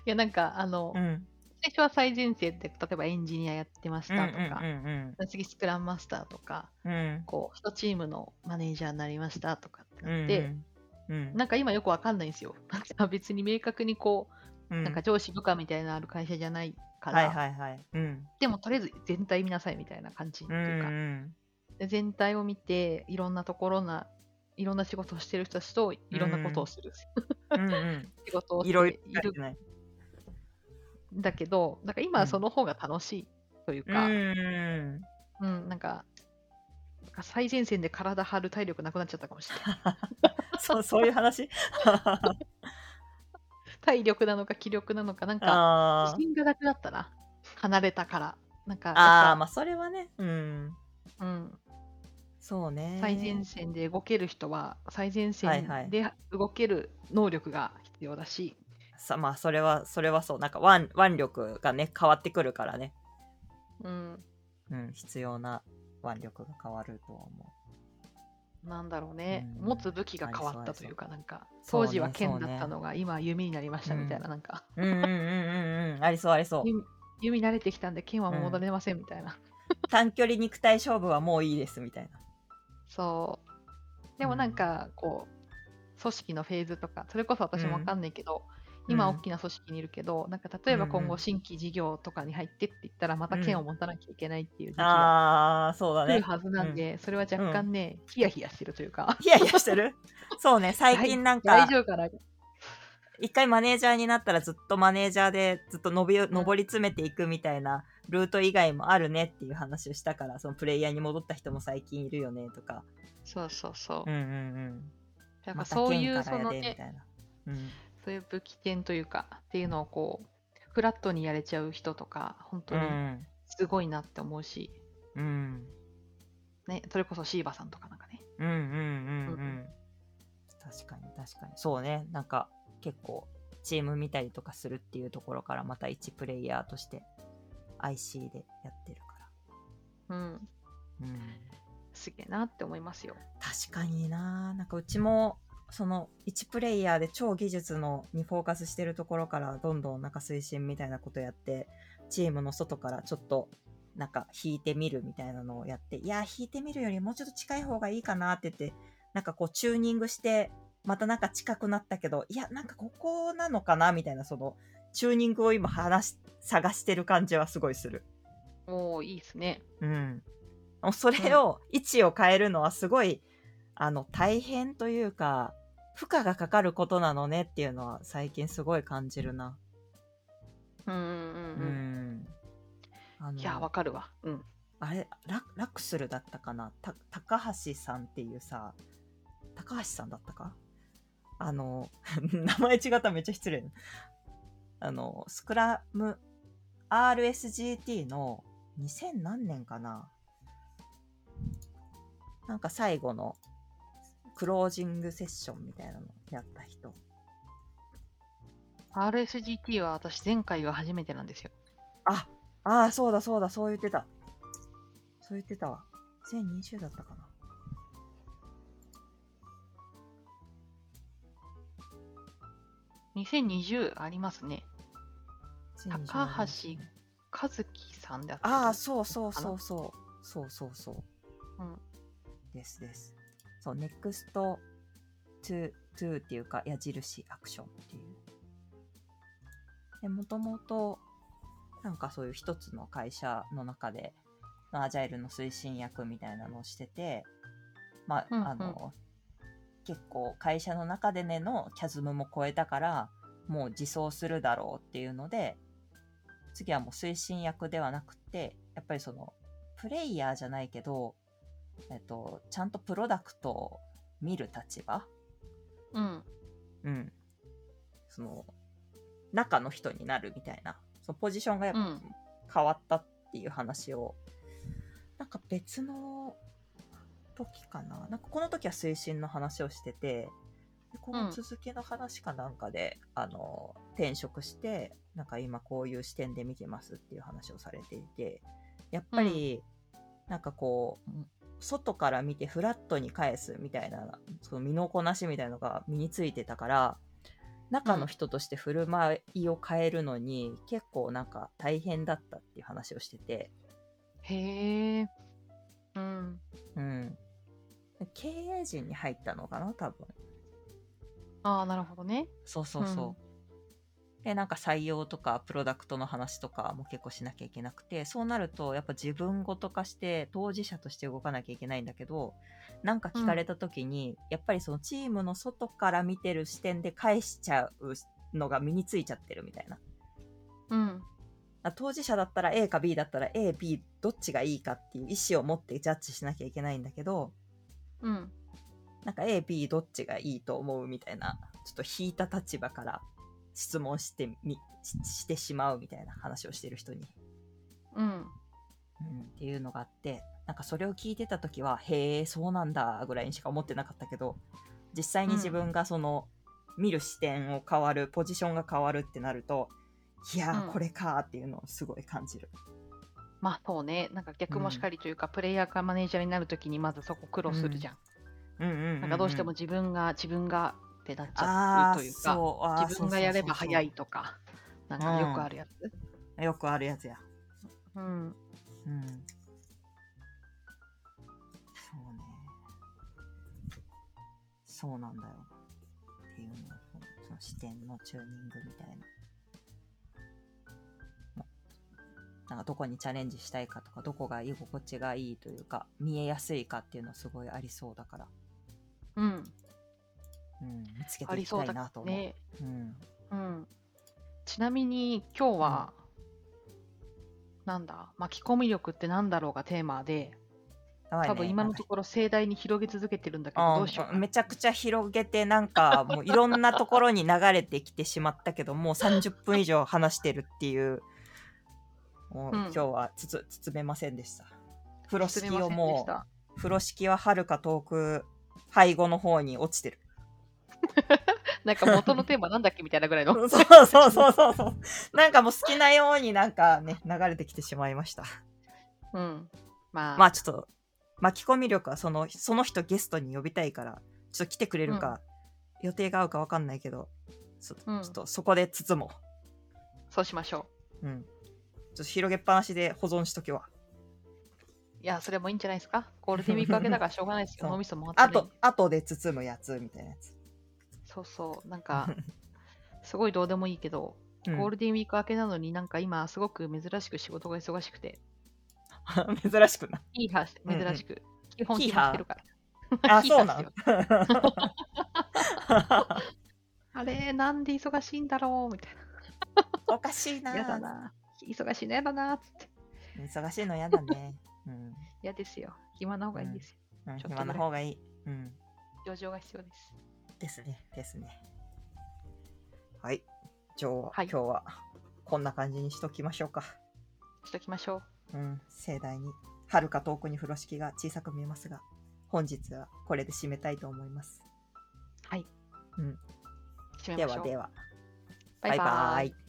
[SPEAKER 1] い
[SPEAKER 2] やなんかあの、
[SPEAKER 1] うん
[SPEAKER 2] 最初は最前線で例えばエンジニアやってま
[SPEAKER 1] う
[SPEAKER 2] し
[SPEAKER 1] ん
[SPEAKER 2] たとか、
[SPEAKER 1] うん
[SPEAKER 2] 次スクラムマスターとか
[SPEAKER 1] うんうん
[SPEAKER 2] こう一チームのマネージャーになりましたとかって
[SPEAKER 1] う
[SPEAKER 2] なっ
[SPEAKER 1] ん
[SPEAKER 2] て、
[SPEAKER 1] うん
[SPEAKER 2] なんか今よくわかんないんですよ なんか別に明確にこ
[SPEAKER 1] う
[SPEAKER 2] う、
[SPEAKER 1] ん
[SPEAKER 2] なんか上司部下みたいなのある会社じゃないから、
[SPEAKER 1] はいはいはいうん
[SPEAKER 2] でもとりあえず全体見なさいみたいな感じって
[SPEAKER 1] う
[SPEAKER 2] い
[SPEAKER 1] ん
[SPEAKER 2] うか、で全体を見ていろんなところないろんな仕事をしてる人たちといろんなことをする、
[SPEAKER 1] うん うんうん
[SPEAKER 2] 仕事をして
[SPEAKER 1] いろい
[SPEAKER 2] い
[SPEAKER 1] ろ
[SPEAKER 2] る
[SPEAKER 1] ね
[SPEAKER 2] んだけどなんか今はその方が楽しいという
[SPEAKER 1] う
[SPEAKER 2] か、
[SPEAKER 1] ん
[SPEAKER 2] うん、なんか、なんか最前線で体張る体力なくなっちゃったかもしれない。
[SPEAKER 1] そうそういう話
[SPEAKER 2] 体力なのか気力なのか、なんか、
[SPEAKER 1] あ
[SPEAKER 2] 自
[SPEAKER 1] ー
[SPEAKER 2] 信がなくなったな。離れたから。なんか、
[SPEAKER 1] あー
[SPEAKER 2] や
[SPEAKER 1] ま
[SPEAKER 2] っ
[SPEAKER 1] あそれはねうん
[SPEAKER 2] ぱうん、
[SPEAKER 1] そうね
[SPEAKER 2] 最前線で動ける人は、最前
[SPEAKER 1] はいは
[SPEAKER 2] 線
[SPEAKER 1] い
[SPEAKER 2] で動ける能力が必要だし、
[SPEAKER 1] さまあそれはそれはそうなんか腕腕力がね変わってくるからね
[SPEAKER 2] うん、
[SPEAKER 1] うん必要な腕力が変わるとは思
[SPEAKER 2] なんだろうね、
[SPEAKER 1] うん
[SPEAKER 2] 持つ武器が変わったというか、なんか、当時は剣だったのが、今は弓になりましたみたいな、なんか、
[SPEAKER 1] ううんうんうんうんうんありそうありそう
[SPEAKER 2] 弓弓慣れてきたんで剣はもう戻れませんみたいな。
[SPEAKER 1] 短距離肉体勝負はもういいですみたいな
[SPEAKER 2] そう。でもなんかこう、組織のフェーズとか、それこそ私もわかんないけど、
[SPEAKER 1] うん
[SPEAKER 2] 今
[SPEAKER 1] う
[SPEAKER 2] 大
[SPEAKER 1] ん
[SPEAKER 2] きな組織にいるけど、なんか例えば今
[SPEAKER 1] うんう
[SPEAKER 2] 後
[SPEAKER 1] ん
[SPEAKER 2] 新規事業とかに入ってって言ったら、また剣を持たなきゃいけないっていう時期が
[SPEAKER 1] ああそうだ
[SPEAKER 2] 来
[SPEAKER 1] ね
[SPEAKER 2] るはずなんで、それは若干ね、ヒヤヒヤしてるというか、
[SPEAKER 1] ヒヤヒヤして るそうね最近なんか
[SPEAKER 2] 大丈夫かな
[SPEAKER 1] 一回マネージャーになったらずっとマネージャーでずっと伸び上り詰めていくみたいなルート以外もあるねっていう話をしたからそのプレイヤーに戻った人も最近いるよねとか
[SPEAKER 2] そうそうそ
[SPEAKER 1] う。
[SPEAKER 2] う
[SPEAKER 1] んうん
[SPEAKER 2] な
[SPEAKER 1] うんんま
[SPEAKER 2] か
[SPEAKER 1] た
[SPEAKER 2] そうい
[SPEAKER 1] 剣
[SPEAKER 2] う、
[SPEAKER 1] か
[SPEAKER 2] そ
[SPEAKER 1] らや
[SPEAKER 2] の
[SPEAKER 1] でみ
[SPEAKER 2] ね、
[SPEAKER 1] たいなうん
[SPEAKER 2] そういう武器点というか、っていうのをこう、フラットにやれちゃう人とか、本当
[SPEAKER 1] う
[SPEAKER 2] に
[SPEAKER 1] ん。
[SPEAKER 2] すごいなって思うし、
[SPEAKER 1] うん。
[SPEAKER 2] ね、それこそシーバさんとかなんかね。
[SPEAKER 1] うんうんうんう
[SPEAKER 2] うん
[SPEAKER 1] ん。確かに確かに。そうね。なんか結構チーム見たりとかするっていうところからまた1プレイヤーとして IC でやってるか
[SPEAKER 2] うん、
[SPEAKER 1] ら。うん。
[SPEAKER 2] すげえなって思いますよ。
[SPEAKER 1] 確かにななんかうちもその1プレイヤーで超技術のにフォーカスしてるところからどんどんなんか推進みたいなことやってチームの外からちょっとなんか引いてみるみたいなのをやっていや引いてみるよりもうちょっと近い方がいいかなって言ってなんかこうチューニングしてまたなんか近くなったけどいやなんかここなのかなみたいなそのチューニングを今話し探してる感じはすごいする。
[SPEAKER 2] おー、いいですね。
[SPEAKER 1] うん、それを、位置を変えるのはすごいあの大変というか負荷がかかることなのねっていうのは最近すごい感じるな。
[SPEAKER 2] うんうん
[SPEAKER 1] う
[SPEAKER 2] うん
[SPEAKER 1] んあ
[SPEAKER 2] うん。
[SPEAKER 1] の
[SPEAKER 2] いや、わかるわ。うん。
[SPEAKER 1] あれララクスルだったかなた高橋さんっていうさ高橋さんだったかあの 名前違ったらめっちゃ失礼あのスクラム RSGT の2000何年かななんか最後のクロージングセッションみたいなのやった人
[SPEAKER 2] RSGT は私、前回が初めてなんですよ。
[SPEAKER 1] ああーそうだそうだそう言ってたそう言ってたわ2020だったかな
[SPEAKER 2] 2020ありますね。
[SPEAKER 1] 2020年
[SPEAKER 2] 高橋和樹さんであったり
[SPEAKER 1] ああ、そうそうそうそう。そうそうそう。
[SPEAKER 2] うん
[SPEAKER 1] ですです。そう、ネクストトゥトゥっていうか、矢印アクションっていう。で、もともと、なんかそういう一つの会社の中で、まあアジャイルの推進役みたいなのをしてて、まあ、
[SPEAKER 2] うんうん
[SPEAKER 1] あの、結構会社の中でねのキャズムも超えたから、もう自走するだろうっていうので、次はもう推進役ではなくて、やっぱりその、プレイヤーじゃないけど、えっと、ちゃんとプロダクトを見る立場、
[SPEAKER 2] うん。
[SPEAKER 1] うん、その、中の人になるみたいな、そのポジションがやっ
[SPEAKER 2] う
[SPEAKER 1] ぱ
[SPEAKER 2] ん。
[SPEAKER 1] 変わったっていう話を、なんか別の時かな。なんかこの時は推進の話をしてて、でこの続きの話かなんかで、あの、転職して、なんか今こういう視点で見てますっていう話をされていて、やっぱり、なんかこう、外から見てフラットに返すみたいな、その身のこなしみたいなのが身についてたから、中の人として振る舞いを変えるのに結構なんか大変だったっていう話をしてて、
[SPEAKER 2] へえ。うん。
[SPEAKER 1] うん、経営陣に入ったのかな多分
[SPEAKER 2] ああ、なるほどね。
[SPEAKER 1] そうそうそう、でなんか採用とかプロダクトの話とかも結構しなきゃいけなくてそうなるとやっぱ自分ごと化して当事者として動かなきゃいけないんだけどなんか聞かれた時に、やっぱりそのチームの外から見てる視点で返しちゃうのが身についちゃってるみたいな
[SPEAKER 2] うん。
[SPEAKER 1] あ当事者だったら A か B だったら AB どっちがいいかっていう意思を持ってジャッジしなきゃいけないんだけど
[SPEAKER 2] うん。
[SPEAKER 1] なんか AB どっちがいいと思うみたいなちょっと引いた立場から質問してみししてしまうみたいな話をしてる人に、
[SPEAKER 2] うん。
[SPEAKER 1] うん、っていうのがあってなんかそれを聞いてた時はへえそうなんだぐらいにしか思ってなかったけど実際に自分がその、見る視点を変わるポジションが変わるってなるといやー、
[SPEAKER 2] うん
[SPEAKER 1] これかーっていうのをすごい感じる。
[SPEAKER 2] まあそうね、なんか逆もしかりというか、プレイヤーからマネージャーになるときにまずそこ苦労するじゃん。
[SPEAKER 1] うんうんうんうん
[SPEAKER 2] なんかどうしても自分が自分がってなっち
[SPEAKER 1] あ
[SPEAKER 2] ゃうというか、
[SPEAKER 1] か
[SPEAKER 2] 自分がやれば早いとか、なんかよくあるやつ。
[SPEAKER 1] よくあるやつや、
[SPEAKER 2] うん。
[SPEAKER 1] うん、そうねそうなんだよっていうのをその視点のチューニングみたいななんかどこにチャレンジしたいかとかどこが居心地がいいというか見えやすいかっていうのすごいありそうだから、
[SPEAKER 2] うん。
[SPEAKER 1] うん、見つけ
[SPEAKER 2] あ
[SPEAKER 1] てい
[SPEAKER 2] り
[SPEAKER 1] き
[SPEAKER 2] そ
[SPEAKER 1] た
[SPEAKER 2] う
[SPEAKER 1] い
[SPEAKER 2] だ
[SPEAKER 1] なと思う
[SPEAKER 2] ね。
[SPEAKER 1] うん、
[SPEAKER 2] うん。ちなみに今日は、なんだ、巻き込み力ってなんだろうがテーマで、
[SPEAKER 1] やばいね
[SPEAKER 2] 多分今のところ盛大に広げ続けてるんだけど、
[SPEAKER 1] あ
[SPEAKER 2] どうしようかな。
[SPEAKER 1] めちゃくちゃ広げてなんかもういろんなところに流れてきてしまったけどもう30分以上話してるっていうもう
[SPEAKER 2] うん
[SPEAKER 1] 今日はつつつつめませんでした風呂
[SPEAKER 2] す
[SPEAKER 1] 敷
[SPEAKER 2] みませ
[SPEAKER 1] を
[SPEAKER 2] んで
[SPEAKER 1] も
[SPEAKER 2] した。
[SPEAKER 1] う風呂敷ははるか遠く背後の方に落ちて る
[SPEAKER 2] なんか元のテーマなんだっけみたいなぐらいの。
[SPEAKER 1] そうそうそうそうそうなんかもう好きなようになんかね流れてきてしまいました
[SPEAKER 2] うん。まあ、
[SPEAKER 1] まあちょっと巻き込み力はそのその人ゲストに呼びたいからちょっと来てくれるか、予定が合うか分かんないけどそち
[SPEAKER 2] う
[SPEAKER 1] ょ
[SPEAKER 2] ん
[SPEAKER 1] っとそこで包も
[SPEAKER 2] そうしましょ
[SPEAKER 1] う、うん、ちょっと広げっぱなしで保存しときは
[SPEAKER 2] う。いや、それもいいんじゃないですか。ゴールデンウィーク明けだからしょうがないですよ。
[SPEAKER 1] そう
[SPEAKER 2] 脳みそも
[SPEAKER 1] あとあとで包むやつみたいなやつ、
[SPEAKER 2] そうそう。なんか、すごいどうでもいいけど、
[SPEAKER 1] うん
[SPEAKER 2] ゴールデンウィーク明けなのになんか今すごく珍しく仕事が忙しくて、
[SPEAKER 1] 珍しく な
[SPEAKER 2] ヒーハーして、
[SPEAKER 1] うんうん
[SPEAKER 2] 珍しく。基本
[SPEAKER 1] ヒ
[SPEAKER 2] ヒ
[SPEAKER 1] ー
[SPEAKER 2] ー
[SPEAKER 1] ハー
[SPEAKER 2] ハーしてるから。
[SPEAKER 1] あ
[SPEAKER 2] ヒーハ
[SPEAKER 1] そう
[SPEAKER 2] ー
[SPEAKER 1] な
[SPEAKER 2] してる
[SPEAKER 1] の
[SPEAKER 2] あれ、なんで忙しいんだろうみたい
[SPEAKER 1] おかしいな
[SPEAKER 2] な。やだな。忙しいのやだなっつって。
[SPEAKER 1] 忙しいの嫌だね、うん
[SPEAKER 2] 嫌ですよ。暇な方がいいですよ。
[SPEAKER 1] うん、
[SPEAKER 2] ちょっとぐらい
[SPEAKER 1] 暇な方がいい、うん、
[SPEAKER 2] 上場が必要です。
[SPEAKER 1] ですねですねはいじゃあ、
[SPEAKER 2] はい
[SPEAKER 1] 今日はこんな感じにしときましょうか
[SPEAKER 2] しときましょ
[SPEAKER 1] う
[SPEAKER 2] う。
[SPEAKER 1] ん、盛大に。はるか遠くに風呂敷が小さく見えますが、本日はこれで締めたいと思います。
[SPEAKER 2] はい。
[SPEAKER 1] うん
[SPEAKER 2] 締め
[SPEAKER 1] で
[SPEAKER 2] まし
[SPEAKER 1] は
[SPEAKER 2] ょう。
[SPEAKER 1] では、
[SPEAKER 2] バイバイ。
[SPEAKER 1] イ。